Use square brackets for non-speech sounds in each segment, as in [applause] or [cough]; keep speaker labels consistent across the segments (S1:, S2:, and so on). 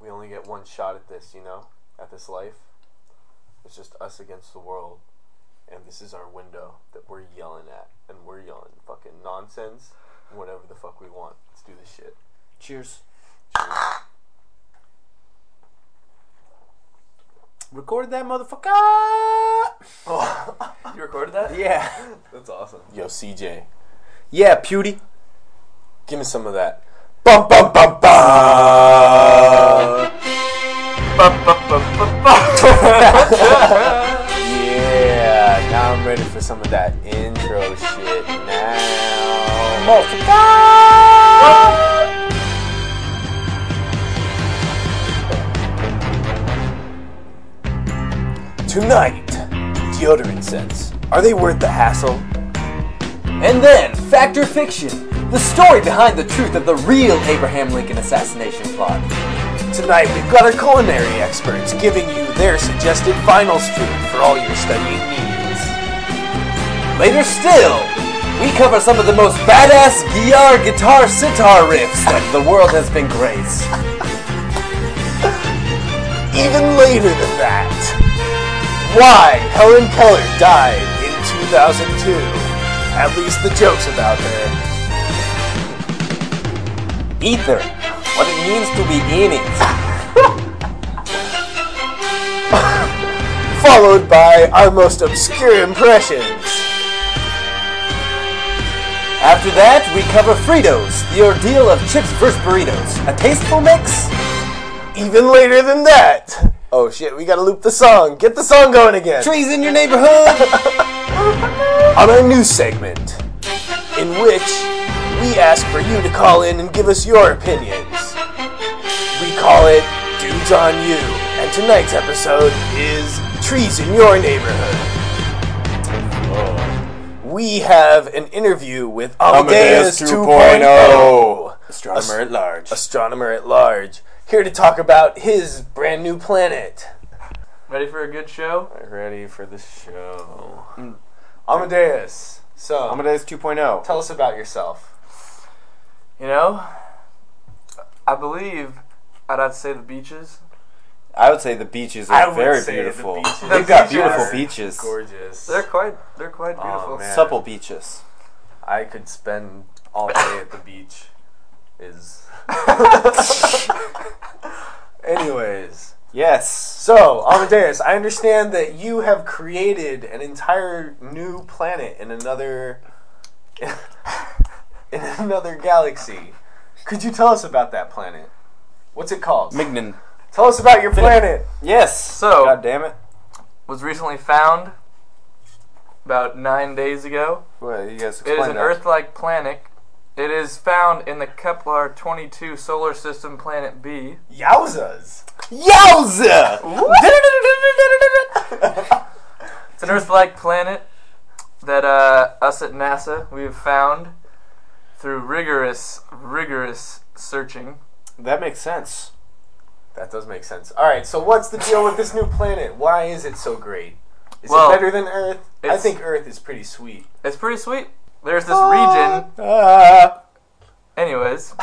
S1: we only get one shot at this, you know, at this life. It's just us against the world, and this is our window that we're yelling at, and we're yelling fucking nonsense, whatever the fuck we want. Let's do this shit.
S2: Cheers.
S1: Cheers.
S2: Recorded that motherfucker.
S1: [laughs] Oh, you recorded that?
S2: Yeah.
S1: That's awesome. Yo, CJ,
S2: Yeah, Pewdie.
S1: give me some of that. Bum bum bum bum. [laughs] yeah, now I'm ready for some of that intro shit now.
S2: Motherfucker.
S1: Tonight, deodorant scents. Are they worth the hassle?
S2: And then, fact or fiction? The story behind the truth of the real Abraham Lincoln assassination plot.
S1: Tonight, we've got our culinary experts giving you their suggested finals food for all your studying needs.
S2: Later still, we cover some of the most badass Gyar guitar sitar riffs that the world has been graced.
S1: Even later than that, why Helen Keller died in 2002. At least the jokes about her.
S2: Ether, what it means to be in it.
S1: [laughs] Followed by our most obscure impressions.
S2: After that, we cover Fritos, the ordeal of chips versus burritos. A tasteful mix?
S1: Even later than that. Oh shit, we gotta loop the song. Get the song going again.
S2: Trees in your neighborhood?
S1: [laughs] on our new segment, in which we ask for you to call in and give us your opinions. We call it Dudes on You, and tonight's episode is Trees in Your Neighborhood. We have an interview with Amadeus, 2.0,
S2: oh. Astronomer at large.
S1: astronomer at large, here to talk about his brand new planet.
S3: Ready for a good show? Mm.
S1: Ready for the show. Amadeus, so
S2: Amadeus oh. 2.0.
S1: tell us about yourself.
S3: You know, I believe I'd have to say the beaches.
S2: I would say the beaches
S1: I
S2: are
S1: would
S2: very
S1: say the
S2: beautiful.
S1: beaches.
S2: They've
S3: The
S2: got
S3: beaches
S2: beautiful
S3: are
S2: beaches.
S1: Gorgeous.
S3: They're quite, they're quite beautiful.
S1: man.
S2: Supple beaches.
S1: I could spend all day at the beach.
S2: [laughs]
S1: Is. Anyways,
S2: Yes.
S1: so Amadeus, I understand that you have created an entire new planet in another [laughs] in another galaxy. Could you tell us about that planet? What's it called?
S2: Mignon.
S1: tell us about your planet.
S2: Yes.
S3: So-
S2: God damn it.
S3: Was recently found about nine days ago.
S2: Well, you guys
S3: It
S2: explain
S3: is an
S2: that.
S3: Earth-like planet. It is found in the Kepler 22 solar system planet B.
S1: Yowzas!
S2: Yowza!
S3: It's an Earth-like planet that uh, us at NASA we have found through rigorous, rigorous searching.
S2: that makes sense.
S1: That does make sense. All right, so what's the deal with this new planet? Why is it so great? Is
S3: Well,
S1: it better than Earth? I
S3: it's-
S1: think Earth is pretty sweet.
S3: It's pretty sweet. There's this region
S2: Ah.
S3: Uh, Anyways,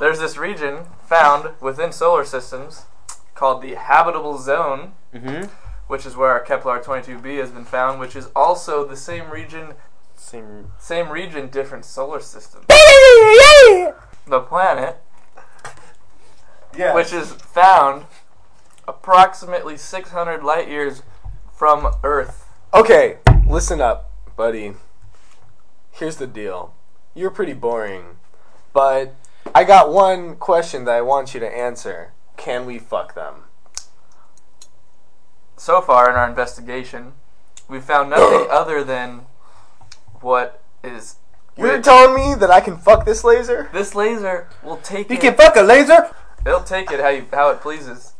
S3: there's this region found within solar systems called the habitable zone,
S2: mm-hmm.
S3: which is where our Kepler 22b has been found, which is also the same region,
S2: Same.
S3: same region, different solar system. The planet,
S1: Yeah.
S3: which is found approximately 600 light years from Earth.
S1: okay, listen up, buddy. Here's the deal. You're pretty boring, but I got one question that I want you to answer. Can we fuck them?
S3: So far in our investigation, we found [coughs] nothing other than what is.
S1: You're
S3: Wait.
S1: telling me that I can fuck this laser?
S3: This laser will take
S2: You
S3: it-
S2: can fuck a laser.
S3: They'll take it how you, how it pleases,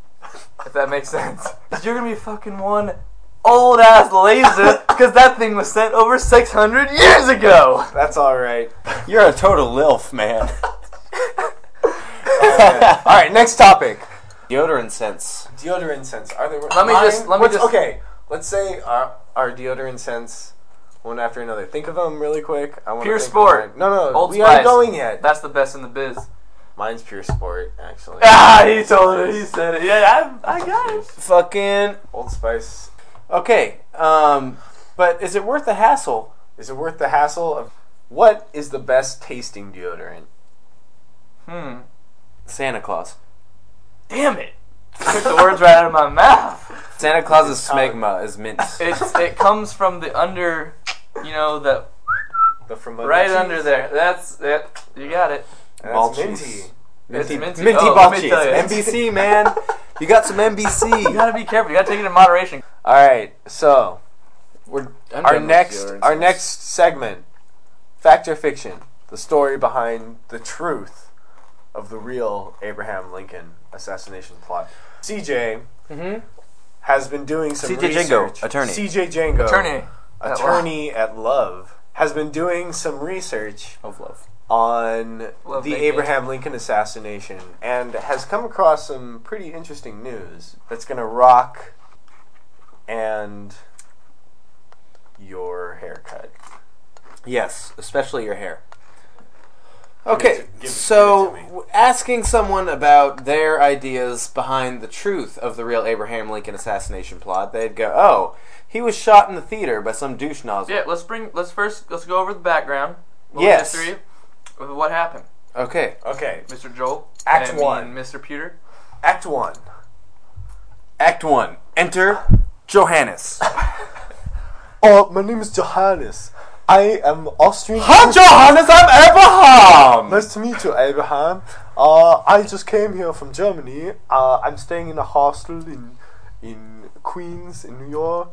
S3: if that makes sense. you [laughs] you're gonna be fucking one old ass laser because that thing was sent over 600 years ago.
S1: That's all right.
S2: You're a total
S1: [laughs]
S2: lilf, man.
S1: all right, next topic.
S2: Deodorant scents.
S1: deodorant scents. Are there?
S3: Let me just- let me
S1: What's-
S3: just-
S1: Okay, let's say our our deodorant scents, one after another. Think of them really quick. I want
S3: Pure Sport.
S1: No, no,
S3: Old
S1: we
S3: Spice.
S1: aren't going yet.
S3: That's the best in the biz.
S4: Mine's pure sport, actually.
S3: [laughs] Ah, he told it. He said it. Yeah, I, I got it.
S1: Fucking
S4: Old Spice.
S1: okay. Um, but is it worth the hassle?
S4: Is it worth the hassle of what is the best tasting deodorant?
S3: Hmm.
S1: Santa Claus.
S3: Damn it. Took the words right out of my mouth.
S1: Santa Claus's smegma is
S3: [laughs]
S1: mint.
S3: It's it comes from the under, you know, the
S4: The from
S3: right under there. That's it. You got it.
S1: Malt
S4: That's minty.
S1: cheese.
S3: Minty, it's minty.
S1: minty
S3: oh,
S1: ball
S3: let me
S1: cheese.
S3: tell you.
S1: NBC man, you got some
S3: [laughs] You
S1: NBC.
S3: gotta be careful. You gotta take it in moderation.
S1: All right, so
S4: We're, I'm
S1: our
S4: done with
S1: next
S4: deodorants.
S1: our next segment,
S4: fact or fiction, the story behind the truth of the real Abraham Lincoln assassination plot. CJ has been doing some
S1: CJ Django,
S4: research.
S1: attorney.
S4: CJ Django,
S3: Attorney.
S4: attorney at Love, has been doing some research
S1: of love.
S4: on
S3: Love
S4: the
S3: Lincoln.
S4: Abraham Lincoln assassination and has come across some pretty interesting news that's going to rock and your haircut.
S1: Yes, especially your hair. Okay,
S4: Give it to- give it-
S1: so
S4: give it to me.
S1: w- asking someone about their ideas behind the truth of the real Abraham Lincoln assassination plot, they'd go, "Oh, he was shot in the theater by some douche nozzle."
S3: Yeah. Let's bring. Let's first. Let's go over the background. a little
S1: Yes.
S3: History of what happened,
S1: Okay.
S4: Okay,
S3: Mr. Joel.
S4: Act
S3: I mean,
S4: one.
S3: Mr. Peter.
S4: Act 1.
S1: Act one. Enter Johannes.
S4: Oh, my name is Johannes. I am Austrian.
S1: I'm Johannes. I'm Abraham.
S4: Nice to meet you, Abraham. Uh, I just came here from Germany. Uh, I'm staying in a hostel in in Queens, in New York.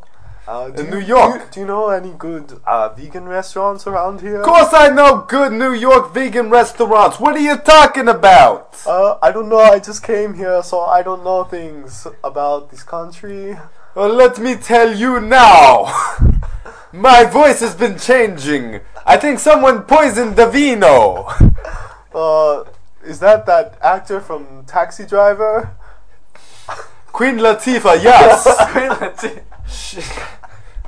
S4: Uh, do
S1: In
S4: you-
S1: New York?
S4: Do you, do you know any good uh, vegan restaurants around here?
S1: Of course, I know good New York vegan restaurants. What are you talking about?
S4: Uh, I don't know. I just came here, so I don't know things about this country.
S1: Well, Uh, let me tell you now. [laughs] My voice has been changing. I think someone poisoned the vino.
S4: Uh, is that that actor from Taxi Driver?
S1: Queen Latifah, [laughs]
S3: [laughs]
S1: yes.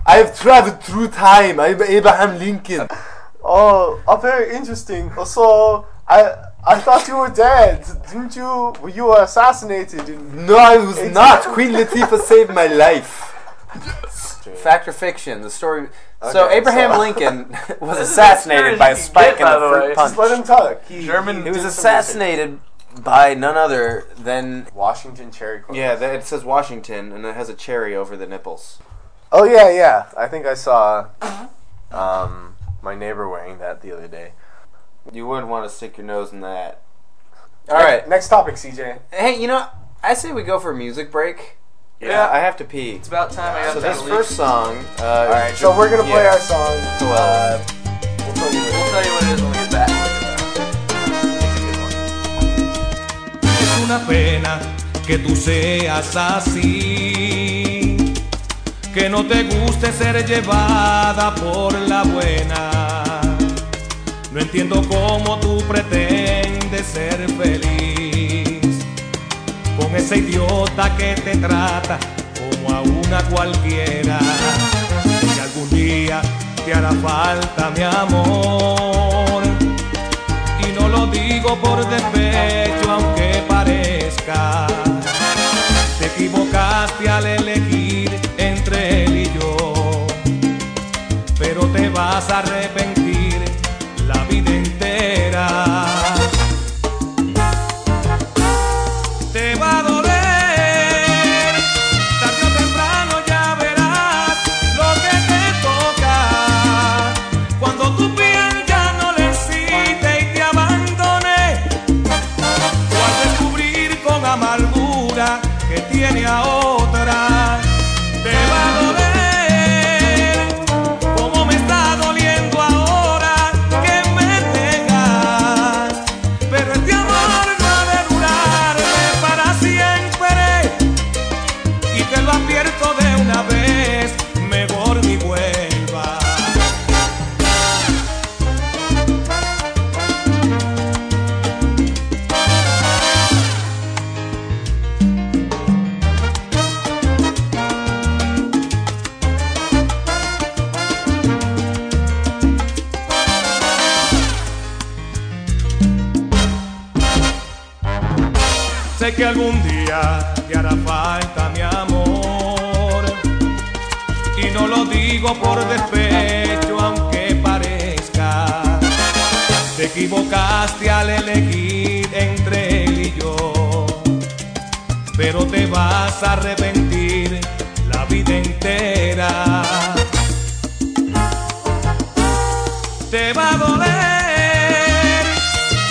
S1: I have traveled through time. I'm [laughs] Abraham Lincoln.
S4: Oh, oh, very interesting. So, I I thought you were dead. Didn't you? Were you assassinated? In...
S1: No, I was
S3: [laughs]
S4: [laughs]
S1: not. Queen Latifah saved my life. Fact or fiction? The story. so
S4: Okay,
S1: Abraham
S4: so- [laughs]
S1: Lincoln was
S3: This is as
S1: assassinated
S3: serious
S1: by a
S3: as you can
S1: spike in
S3: get,
S1: the
S3: by the way.
S1: fruit
S3: Just
S4: Just let him
S1: punch.
S4: talk. He,
S3: German.
S1: He was
S3: did some
S1: assassinated by none other than
S4: Washington Cherry Club.
S1: yeah. It says Washington, and it has a cherry over the nipples.
S4: Oh yeah, yeah. I think I saw, um, my neighbor wearing that the other day.
S1: You wouldn't want to stick your nose in that. All right.
S4: Next topic, CJ.
S1: Hey, you know, I say we go for a music break.
S3: Yeah.
S1: I have to pee.
S3: It's about time I got
S1: So
S3: that
S1: this
S3: leak.
S1: first song. Uh, All right.
S4: So we're gonna play
S1: Yeah.
S4: our song. Uh, we'll tell you what
S3: We'll
S4: it
S3: tell you what it is when we get back.
S4: is.
S5: Es una pena que tú seas así, que no te guste ser llevada por la buena. No entiendo cómo tú pretendes ser feliz con ese idiota que te trata como a una cualquiera. Que algún día te hará falta mi amor y no lo digo por despecho aunque parezca. Te equivocaste al elegir entre él y yo, pero te vas a arrepentir la vida entera te va a doler. Tarde o temprano ya verás lo que te toca. Cuando tu piel ya no le excite y te abandone, o al descubrir con amargura que tiene a otra, te va a doler. Como me está doliendo ahora que me tengas.
S6: Sé que algún día te hará falta mi amor. Y no lo digo por despecho, aunque parezca. Te equivocaste al elegir entre él y yo. Pero te vas a arrepentir la vida entera. Te va a doler,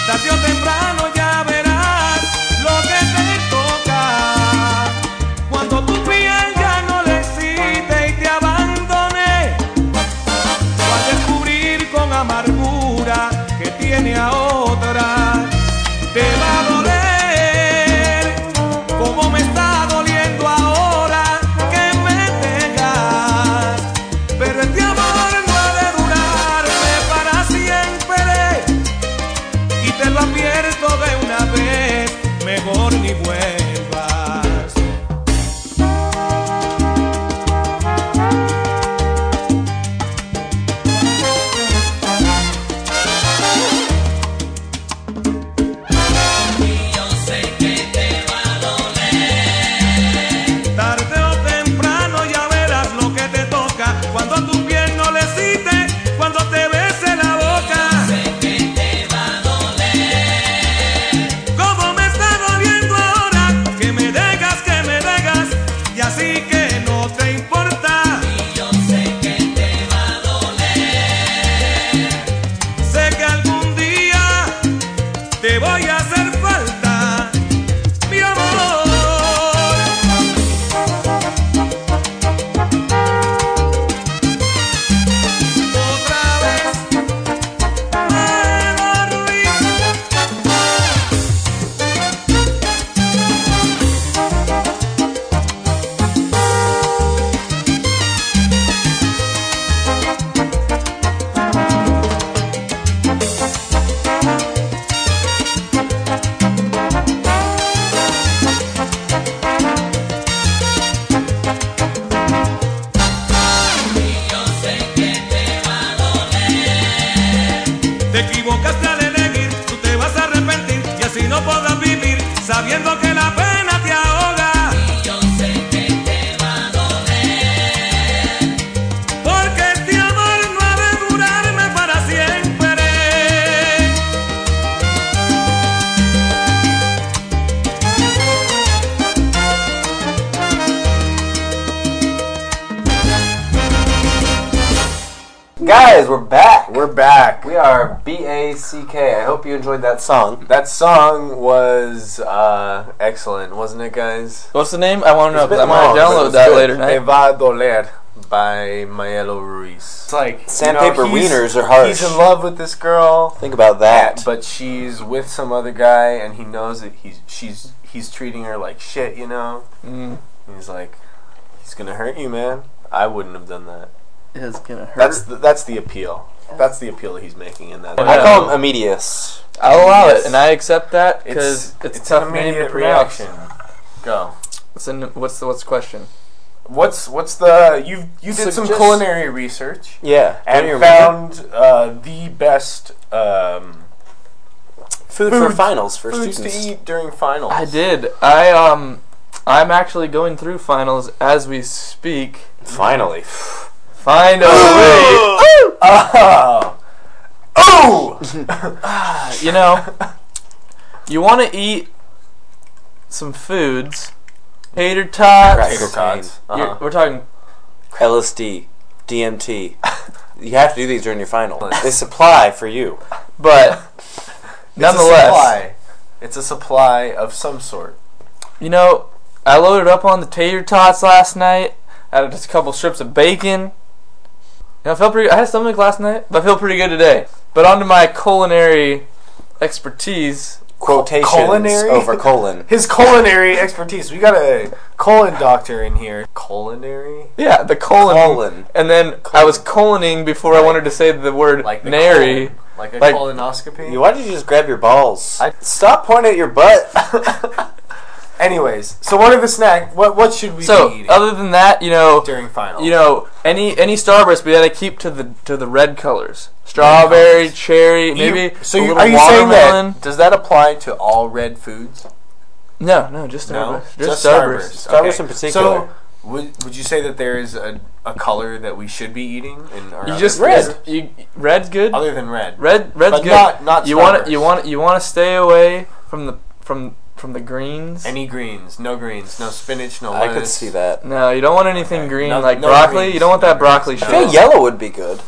S6: tarde o temprano ya verás lo que te toca. Cuando tu piel ya no le excite y te abandone, vas a descubrir con amargura que tiene a otra. Te va a doler, como me está doliendo ahora que me tengas. Pero este amor no ha de durarme para siempre. Y te lo advierto de una vez, mejor ni vuelvas. Tarde o temprano ya verás lo que te toca Cuando tu piel no le cite, cuando te bese la boca Sé que te va a doler Como me está doliendo ahora Que me dejas, que me dejas Y así que no te importa Y yo sé que te va a doler Sé que algún día te voy a hacer falta Mi amor Otra vez me dormí. Te equivocaste al elegir, tú te vas a arrepentir y así no podrás vivir sabiendo que la pena te ahoga. Y yo sé que te va a doler. Porque este amor no ha de durarme para siempre.
S7: Guys, we're back.
S1: We're back.
S7: We are B A C K. I hope you enjoyed that song.
S1: That song was uh, excellent, wasn't it, guys?
S3: What's the name? I want to know.
S1: It's a
S3: 'cause
S1: bit
S3: I'm
S1: long,
S3: gonna
S1: but it
S3: download
S1: was
S3: that
S1: good.
S3: later tonight.
S1: Te va a doler by Maelo Ruiz.
S7: It's like
S5: Sandpaper
S7: you know, he's-
S5: wieners are harsh.
S1: He's in love with this girl,
S5: Think about that.
S1: but she's with some other guy, and he knows that he's she's he's treating her like shit. You know,
S3: Mm,
S1: And he's like, he's gonna hurt you, man. I wouldn't have done that.
S3: it's gonna hurt.
S1: That's the, that's the appeal. That's the appeal that he's making in that.
S5: I
S3: Oh, Yeah.
S5: call him Amedius.
S3: I'll allow
S1: Yes.
S3: it, and I accept that because
S1: It's
S3: it's, a
S1: it's
S3: tough
S1: an
S3: name to
S1: immediate
S3: pronounce.
S1: reaction. Go.
S3: What's, the n what's the what's the question?
S1: What's what's the you you did some
S5: Suggest-
S1: culinary research
S5: Yeah.
S1: and
S5: Your
S1: found uh, the best um,
S5: food, for
S1: food-
S5: finals for
S1: foods to
S5: students.
S1: eat during finals.
S3: I did. I um, I'm actually going through finals as we speak.
S5: Finally. [gasps]
S3: Find a way.
S1: [laughs] Oh, oh!
S3: You know, you want to eat some foods, tater tots.
S5: Cracker
S1: Tater
S5: tots.
S1: tots.
S3: You're-
S5: Uh-huh.
S3: We're talking
S5: LSD, DMT. you have to do these during your final. They supply for you.
S3: But
S1: [laughs] it's a
S3: nonetheless,
S1: supply. It's a supply of some sort.
S3: you know, I loaded up on the tater tots last night. Added just a couple strips of bacon. And I felt pretty. I had stomach last night, but I feel pretty good today. But onto my culinary expertise.
S5: Quotations
S1: Culinary?
S5: over colon.
S1: [laughs] His culinary expertise. We got a colon doctor in here. Culinary,
S3: Yeah, the colon.
S5: Colon.
S3: And then I was coloning before I wanted to say the word
S1: like the
S3: nary.
S1: colon. like a
S3: Like-
S1: colonoscopy.
S5: Why did you just grab your balls?
S1: I-
S5: Stop pointing at your butt.
S1: [laughs]
S5: [laughs]
S1: Anyways, so what are the snack? What what should we be
S3: So
S1: eating
S3: other than that, you know,
S1: during finals?
S3: you know, any any Starburst, we gotta keep to the to the red colors. Strawberry, cherry,
S1: You-
S3: maybe
S1: so
S3: a
S1: you,
S3: little
S1: are you saying
S3: watermelon.
S1: that? Does that apply to all red foods?
S3: No, no, just
S1: No?
S3: Starburst.
S1: Just
S3: Just, Starburst.
S1: Starburst.
S7: Starburst
S1: Okay.
S7: in particular.
S1: So, would, would you say that there is a, a color that we should be eating? In our
S3: You
S1: other
S3: just
S7: Red.
S3: You, red's good.
S1: Other than red.
S3: Red red's
S1: But
S3: good.
S1: not- not
S3: you want
S1: Starburst.
S3: you want you want to stay away from the from from the greens.
S1: Any greens. No greens. No spinach. No
S7: I
S1: lettuce.
S7: could see that.
S3: no, you don't want anything
S1: Okay.
S3: green
S1: No-
S3: like
S1: no
S3: broccoli.
S1: greens,
S3: you don't want
S1: no
S3: that broccoli
S1: greens,
S3: shit.
S1: no.
S7: I feel yellow would be good.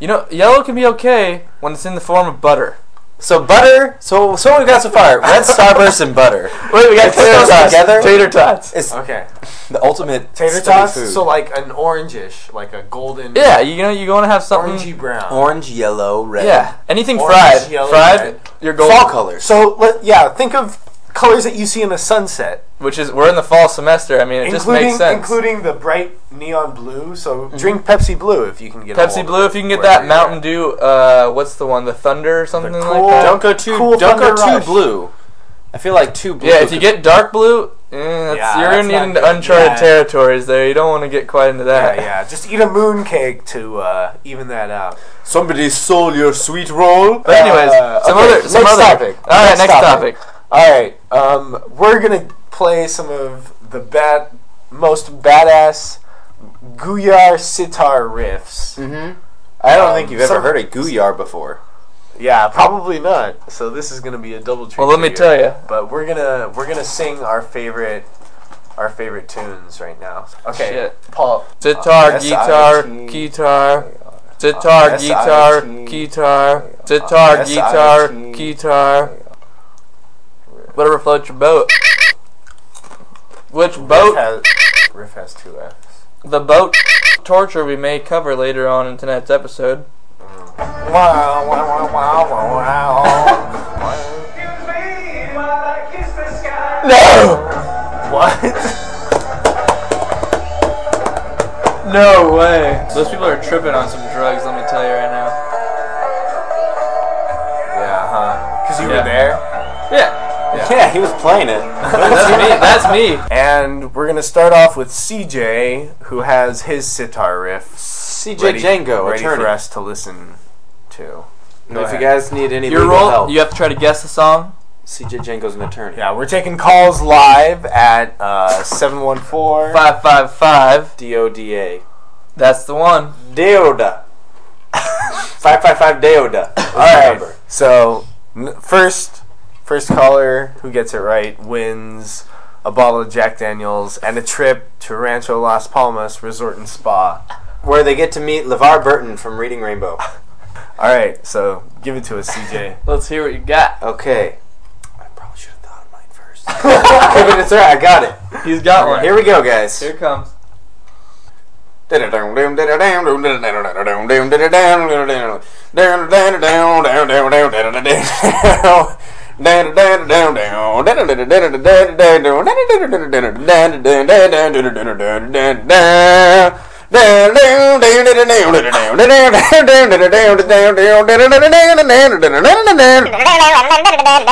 S3: You know, yellow can be okay when it's in the form of butter.
S7: So butter. So so what we've got so far: red starburst and butter.
S3: [laughs] Wait, we got
S7: Put those together?
S3: Tater tots.
S7: It's [laughs]
S1: Okay.
S7: the ultimate
S1: Tater
S7: study
S1: tots.
S7: food.
S1: So like an orangish, like a golden.
S3: Yeah, you know you want to have something.
S1: Orangey brown.
S7: orange, yellow, red.
S3: Yeah, anything
S1: Orange,
S3: fried,
S1: yellow,
S3: fried.
S1: red.
S3: Your gold,
S7: Fall colors.
S1: So let, yeah, think of colors that you see in a sunset,
S3: which is we're in the fall semester. I mean, it just
S1: including
S3: makes sense. Mm-hmm.
S1: including the bright neon blue. So drink Pepsi Blue if you can get a hold
S3: Pepsi
S1: of
S3: Blue,
S1: it,
S3: if you can get
S1: wherever
S3: that
S1: you're at.
S3: Mountain Dew, uh, what's the one, the Thunder or something
S1: cool-
S3: like that?
S7: Don't go too.
S1: Cool
S7: don't go
S1: Thunder
S7: too
S1: Rush.
S7: blue. I feel like too blue.
S3: Yeah, if you
S7: could-
S3: get dark blue, eh, that's,
S1: Yeah,
S3: you're
S1: that's
S3: gonna get
S1: not
S3: into
S1: good.
S3: uncharted
S1: Yeah.
S3: territories there. You don't want to get quite into that.
S1: Yeah, yeah. Just eat a moon cake to uh, even that out.
S7: somebody stole your sweet roll.
S3: But anyways,
S1: Uh,
S3: some
S1: okay,
S3: other, some
S1: next
S3: other.
S1: topic.
S3: All right,
S1: Next
S3: next,
S1: topic.
S3: topic.
S1: All right, um, we're gonna play some of the bat most badass Guyar sitar riffs.
S3: Mm-hmm.
S7: I don't
S1: Um,
S7: think you've ever
S1: some-
S7: heard a Guyar before.
S1: Yeah, probably not. So this is gonna be a double treat.
S3: Well, let
S1: for
S3: me tell you.
S1: But we're gonna we're gonna sing our favorite our favorite tunes right now. Okay,
S3: Shit.
S1: Paul. Uh,
S3: Sitar,
S1: S I
S3: guitar,
S1: T.
S3: guitar. Sitar,
S1: S I
S3: guitar,
S1: T.
S3: guitar. Sitar,
S1: S I
S3: guitar,
S1: T.
S3: guitar. Whatever floats your boat. Which boat?
S1: Riff has, riff has two F's.
S3: The boat torture we may cover later on in tonight's episode.
S1: Wow, wow, wow, wow, wow, wow.
S6: Excuse me while I kiss the sky.
S3: No!
S1: what?
S3: No way. Those people are tripping on some drugs, let me tell you right now.
S1: Yeah, huh? Because you
S3: Yeah.
S1: were there.
S3: Yeah.
S7: Yeah, he was playing
S1: [laughs]
S7: it.
S3: That's me. That's me.
S1: And we're gonna start off with CJ, who has his sitar riff
S7: CJ
S1: ready,
S7: Django,
S1: ready
S7: attorney.
S1: for us to listen to.
S7: And if
S1: ahead.
S7: you guys need any
S3: Your
S7: legal
S3: role,
S7: help,
S3: you have to try to guess the song.
S7: CJ Django's an attorney.
S1: Yeah, we're taking calls live at uh, 714.
S3: 555.
S7: DODA.
S3: That's the one.
S7: [laughs] Deoda. 555 Deoda.
S1: All right. So n- first, first caller who gets it right wins a bottle of Jack Daniels and a trip to Rancho Las Palmas Resort and Spa.
S7: Where they get to meet LeVar Burton from Reading Rainbow.
S1: [laughs] All right. So give it to us, CJ.
S3: Let's hear what you got.
S7: Okay. I probably should have thought of mine first. okay, but it's alright. I got it.
S3: He's got one.
S7: Here we go, guys.
S3: Here
S7: [laughs]
S3: it comes.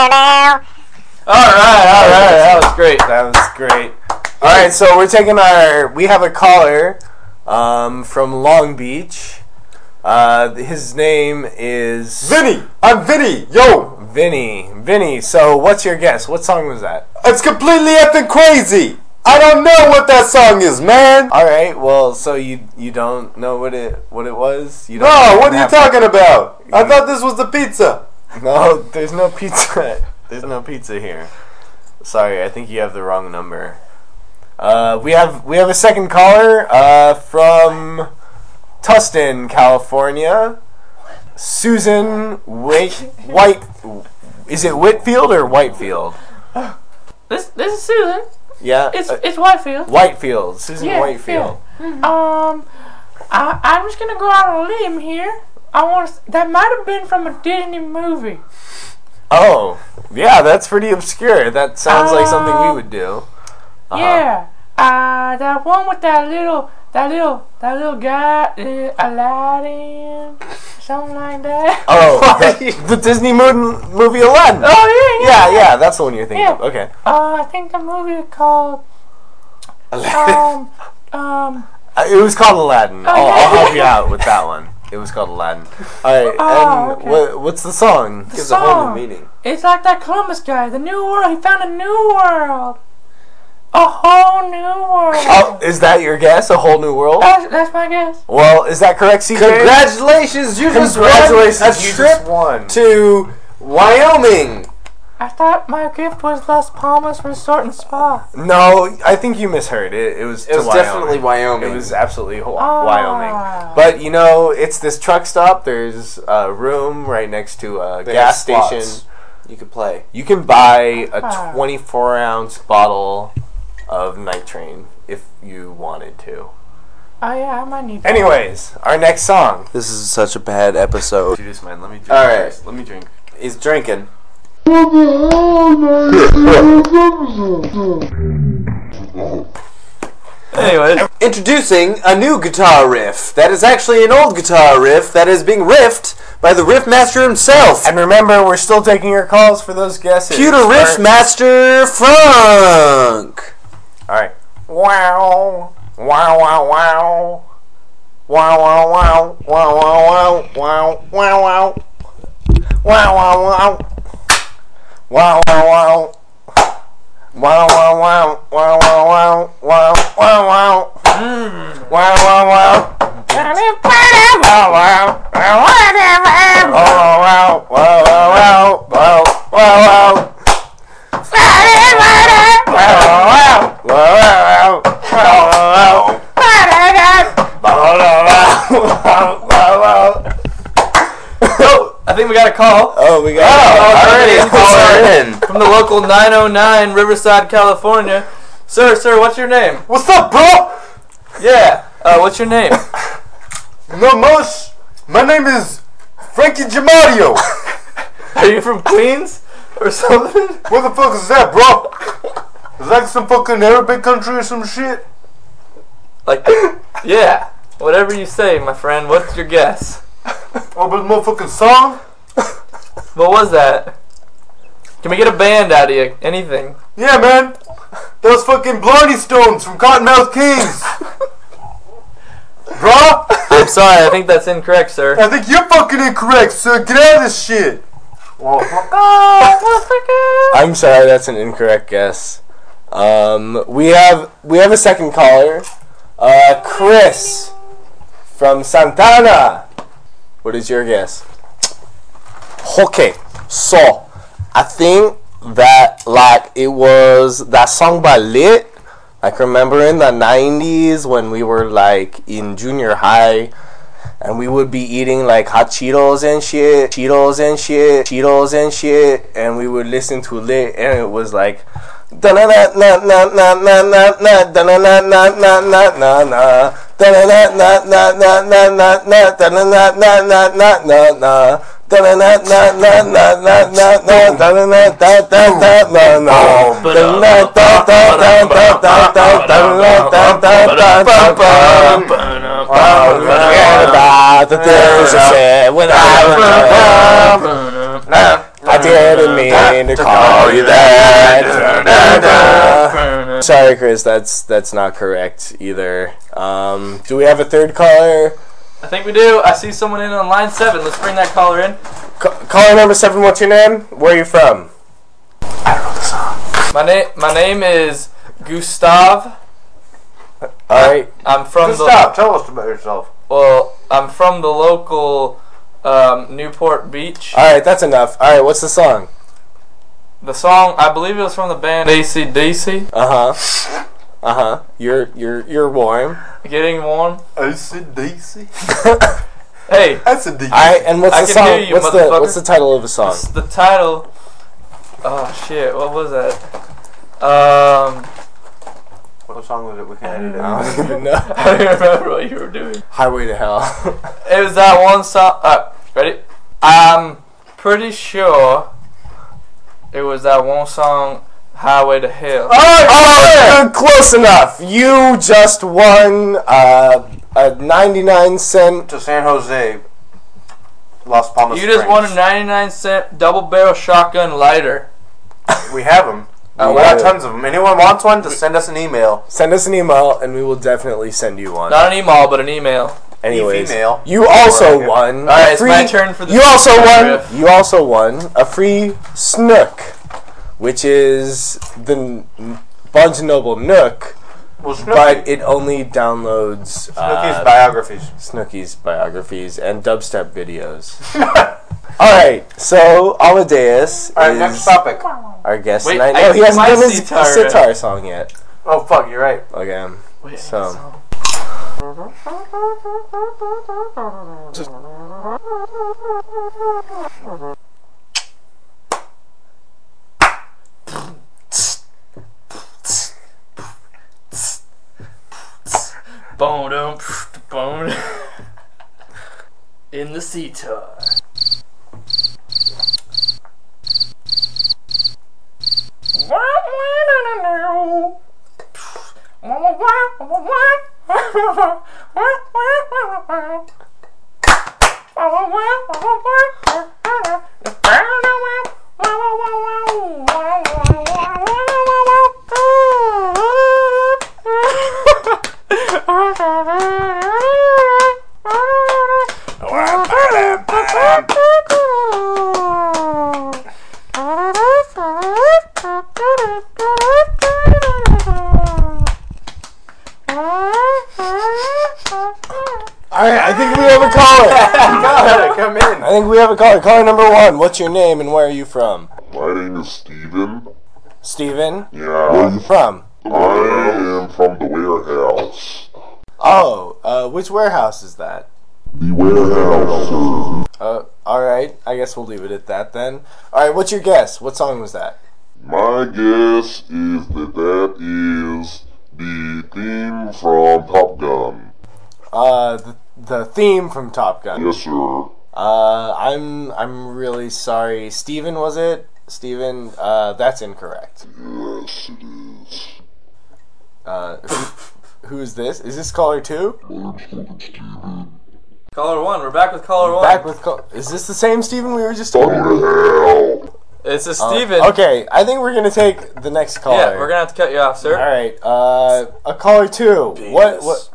S3: All right, all right, that was great.
S1: That was great. All right. So we're taking our. We have a caller um, from Long Beach. Uh, his name is
S7: Vinny! I'm Vinny! Yo!
S1: Vinny. Vinny. So what's your guess? What song was that?
S7: It's completely effing crazy! I don't know what that song is, man!
S1: All right. Well, so you you don't know what it what it was. You don't
S7: No,
S1: know
S7: what are you
S1: happened.
S7: talking about? I thought this was the pizza.
S1: No, Oh, there's no pizza. There's no pizza here. Sorry, I think you have the wrong number. Uh, we have we have a second caller uh, from Tustin, California. Susan Wait White. Is it Whitfield or Whitefield?
S8: This this is Susan.
S1: Yeah,
S8: It's
S1: uh,
S8: it's Whitefield.
S1: Whitefield. Susan
S8: Yeah,
S1: Whitefield.
S8: Um, I I'm just gonna go out on a limb here. I want to. That might have been from a Disney movie.
S1: Oh, yeah, that's pretty obscure. That sounds like something we
S8: Um,
S1: would do. Uh-huh.
S8: Yeah. Uh, that one with that little that little that little guy uh, Aladdin, something like that. [laughs]
S1: Oh, [laughs] the, the Disney mo- movie Aladdin.
S8: Oh yeah,
S1: Yeah, yeah, that's the one you're thinking of.
S8: Yeah.
S1: Okay.
S8: Uh, I think the movie is called um um
S1: [laughs]
S8: Oh,
S1: Uh, It was called Aladdin. I'll, I'll help you out with that one. It was called Aladdin. All right,
S8: Oh,
S1: and
S8: okay.
S1: what, what's the song?
S7: Gives a whole
S8: song.
S7: new meaning.
S8: It's like that Columbus guy, the new world. He found a new world. A whole new world.
S1: Oh, is that your guess? A whole new world?
S8: That's, that's my guess.
S1: Well, is that correct, CJ?
S7: Congratulations, you just won
S1: Congratulations,
S7: a
S1: you
S7: trip
S1: just won.
S7: to Wyoming.
S8: I thought my gift was Las Palmas Resort and Spa.
S1: No, I think you misheard. It, it was
S7: It
S1: to
S7: was
S1: Wyoming.
S7: definitely Wyoming.
S1: It was absolutely Haw-
S8: Ah.
S1: Wyoming. But you know, it's this truck stop. There's a room right next to a
S7: They
S1: gas
S7: had slots.
S1: station.
S7: You could play.
S1: You can buy
S8: Ah.
S1: a 24 ounce bottle of nitrate if you wanted to.
S8: Oh yeah, I might need that.
S1: Anyways, our next song.
S7: This is such a bad episode.
S1: Introduce mine. Let me drink.
S7: All right. first.
S1: Let me drink.
S7: He's drinking.
S3: Anyways,
S7: Introducing a new guitar riff that is actually an old guitar riff that is being riffed by the riff master himself,
S1: And remember, we're still taking your calls for those guesses.
S7: Pewter Riff Master
S2: [laughs]
S7: Frank.
S1: All right. Wow. Wow, wow, wow. Wow, wow, wow. Wow, wow, wow. Wow, wow, wow. Wow, wow, wow. Wow, wow, wow. Wow, wow, wow. Wow, wow, wow. Wow, wow, wow. Wow, wow, wow. Wow, wow. Wow, wow, wow. Wow, wow, wow. Wow, wow, wow. Wow!
S3: I think we got a call
S1: Oh, we got
S7: Already calling in.
S3: from the local 909 Riverside, California. Sir, sir, what's your name?
S1: What's up, bro?
S3: Yeah. Uh, what's your name?
S1: [laughs] No mush. My name is Frankie Jamario.
S3: [laughs] Are you from Queens or something?
S1: what the fuck is that, bro? Is that some fucking Arabic country or some shit?
S3: Like, yeah. Whatever you say, my friend. What's your guess?
S1: Oh, but motherfucking song?
S3: What was that? Can we get a band out of you? Anything?
S1: Yeah, man. Those fucking Blarney Stones from Cottonmouth Kings. bro,
S3: I'm sorry. I think that's incorrect, sir.
S1: I think you're fucking incorrect, so get out of this shit.
S2: Oh,
S1: I'm sorry, that's an incorrect guess. Um, we have we have a second caller, uh, Chris from Santana. What is your guess? Okay, so I think that like it was that song by Lit. Like remember in the '90s when we were like in junior high, and we would be eating like hot Cheetos and shit, Cheetos and shit, Cheetos and shit, and we would listen to lit, and it was like. da na na na na na na na na da na na na na na na na da na na na na na na na na da na na na na na na na da na na na na na na na na da na na da da da na na da na na da da da da da da da na da da da da da Forget about ah, the things you said when [laughs] I was young. I didn't mean to call you Uh, that. Sorry, Chris. That's that's not correct either. Um, do we have a third caller?
S3: I think we do. I see someone in on line seven. Let's bring that caller in.
S1: Ca- caller number seven. What's your name? Where are you from?
S3: My name. My name is Gustav.
S1: All right.
S3: I'm from the.
S1: Tell us about yourself.
S3: Well, I'm from the local um, Newport Beach.
S1: All right. That's enough. All right. What's the song?
S3: The song, I believe it was from the band ACDC.
S1: Uh huh. Uh huh. You're you're you're warm.
S3: Getting warm.
S1: [laughs] ACDC.
S3: Hey,
S1: All right. And what's
S3: I
S1: the
S3: can
S1: song?
S3: hear you,
S1: what's the
S3: motherfucker.
S1: what's the title of the song?
S3: it's the title. Oh shit, what was that? Um,
S7: What song was it? We can edit it.
S1: I don't even know.
S3: [laughs] I don't remember what you were doing.
S1: Highway to Hell. [laughs]
S3: It was that one song. Uh, ready? I'm pretty sure it was that one song, Highway to Hell.
S1: Oh, close enough. You just won uh, a 99 cent.
S7: To San Jose, Las Palmas.
S3: You just won a 99 cent double barrel shotgun lighter. Uh,
S7: We have them.
S1: We
S7: we got
S1: do.
S7: tons of them. Anyone wants one? Just send us an email.
S1: Send us an email and we will definitely send you one.
S3: Not an email, but an email.
S1: Anyways,
S7: female.
S1: you also won. All
S3: right, it's my turn for the
S1: You also
S3: free
S1: won.
S3: riff.
S1: You also won a free snook, which is the n- Barnes and Noble Nook,
S7: Well, Snooki,
S1: but it only downloads
S7: Snooki's
S1: uh,
S7: biographies.
S1: Snooki's biographies and dubstep
S3: [laughs]
S1: videos. All right, so Amadeus
S7: All right,
S1: is
S7: next topic.
S1: our guest
S3: Wait,
S1: tonight.
S3: I
S1: No, he
S3: did
S1: hasn't
S3: my
S1: done his
S3: sitar.
S1: sitar song yet.
S7: Oh fuck, you're right.
S1: Okay, so
S3: Bone down, [laughs] bone. In the sea tar.
S1: all right, I think we have a caller.
S7: [laughs] Come in.
S1: I think we have a caller. Caller number one. What's your name and where are you from?
S2: My name is Steven.
S1: Steven,
S2: Yeah.
S1: where are you from?
S2: I am from the warehouse.
S1: Oh, uh, which warehouse is that?
S2: The warehouse.
S1: Uh, all right, I guess we'll leave it at that then. All right, what's your guess? What song was that?
S2: My guess is that that is the theme from Top Gun.
S1: Uh, the, the theme from Top Gun.
S2: Yes, sir.
S1: Uh, I'm I'm really sorry, Steven, was it? Steven, uh, that's incorrect.
S2: Yes, it is.
S1: Uh, who's this? Is this caller two?
S3: Caller one, we're back with caller one.
S1: Back with call- is this the same Steven we were just
S2: What
S1: talking about?
S2: the hell?
S3: it's a Steven.
S1: uh, Okay, I think we're gonna take the next caller.
S3: Yeah, we're gonna have to cut you off, sir.
S1: All right, uh, a caller two. What? What?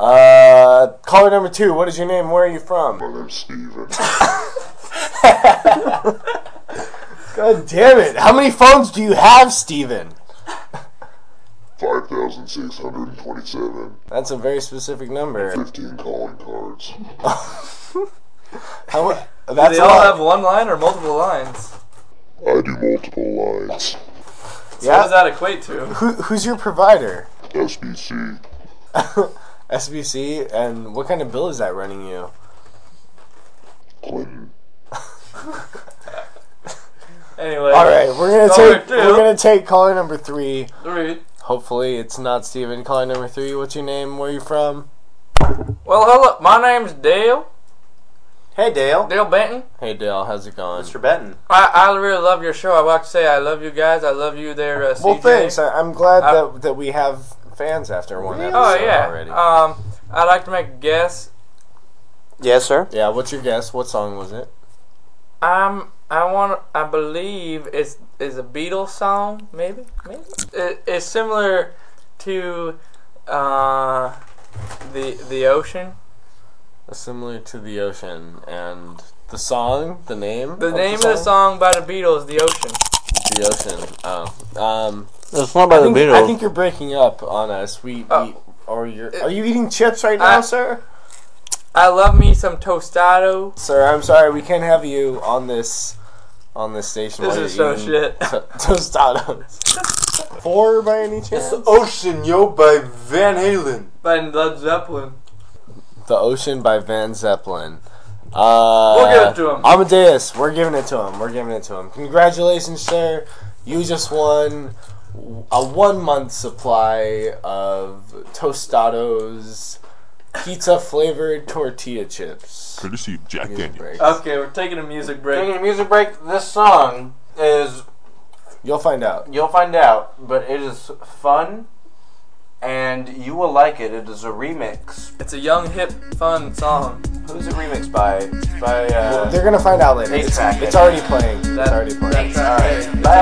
S1: Uh, caller number two. What is your name? Where are you from?
S2: My name's Steven.
S1: [laughs] God damn it! How many phones do you have, Steven?
S2: 5,627.
S1: That's a very specific number.
S2: 15 calling cards.
S1: [laughs] How, mu- that's
S3: They
S1: a
S3: all
S1: lot.
S3: have one line or multiple lines.
S2: I do multiple lines.
S3: What does
S1: yeah.
S3: that
S1: [laughs]
S3: equate to?
S1: Who, who's your provider?
S2: SBC.
S1: SBC, and what kind of bill is that running you?
S2: Clinton.
S3: Anyway.
S1: All right, we're gonna
S3: Caller
S1: take
S3: two.
S1: we're gonna take caller number three.
S3: Three.
S1: Hopefully, it's not Steven. Caller number three. What's your name? Where are you from?
S3: Well, hello. My name's Dale.
S7: Hey, Dale.
S3: Dale Benton.
S1: Hey Dale, how's it going?
S7: Mr. Benton.
S3: I, I really love your show. I want to say I love you guys. I love you there, uh,
S1: Well,
S3: CJ.
S1: thanks. I, I'm glad
S3: Uh,
S1: that that we have fans after one episode
S3: Oh yeah.
S1: already.
S3: Um, I'd like to make a guess.
S7: Yes, sir.
S1: yeah. What's your guess? What song was it?
S3: Um, I want. I believe it's is a Beatles song. Maybe. Maybe. It, it's similar to uh, the the ocean.
S1: Similar to the ocean and the song, the name.
S3: The name of the song by the Beatles, The Ocean.
S1: The ocean. Oh. Um.
S7: It's not by
S1: I think, I think you're breaking up on us. We.
S3: Oh.
S1: we or you're, are you eating chips right
S3: I-
S1: now, sir?
S3: I love me some tostado.
S1: Sir, I'm sorry. We can't have you on this on this station.
S3: This
S1: while
S3: is
S1: you're
S3: so
S1: eating [laughs]
S3: shit.
S1: to- Tostados. Four by any chance?
S7: Ocean Yo by Van Halen.
S3: By Led Zeppelin.
S1: The Ocean by Van Zeppelin. Uh,
S3: We'll give it to him.
S1: Amadeus, we're giving it to him. We're giving it to him. Congratulations, sir. You just won a one month supply of Tostados pizza flavored tortilla chips.
S2: Courtesy of Jack
S1: Music break.
S3: Okay, we're taking a music break.
S7: Taking a music break. This song is
S1: You'll find out.
S7: you'll find out, but it is fun, and you will like it. It is a remix.
S3: It's a young, hip, fun song.
S7: Who's it remixed by? By uh,
S1: They're gonna find out later.
S7: Eight
S1: It's,
S7: track.
S1: it's already playing. It's
S3: That-
S1: already playing.
S3: That's all right.
S7: bye.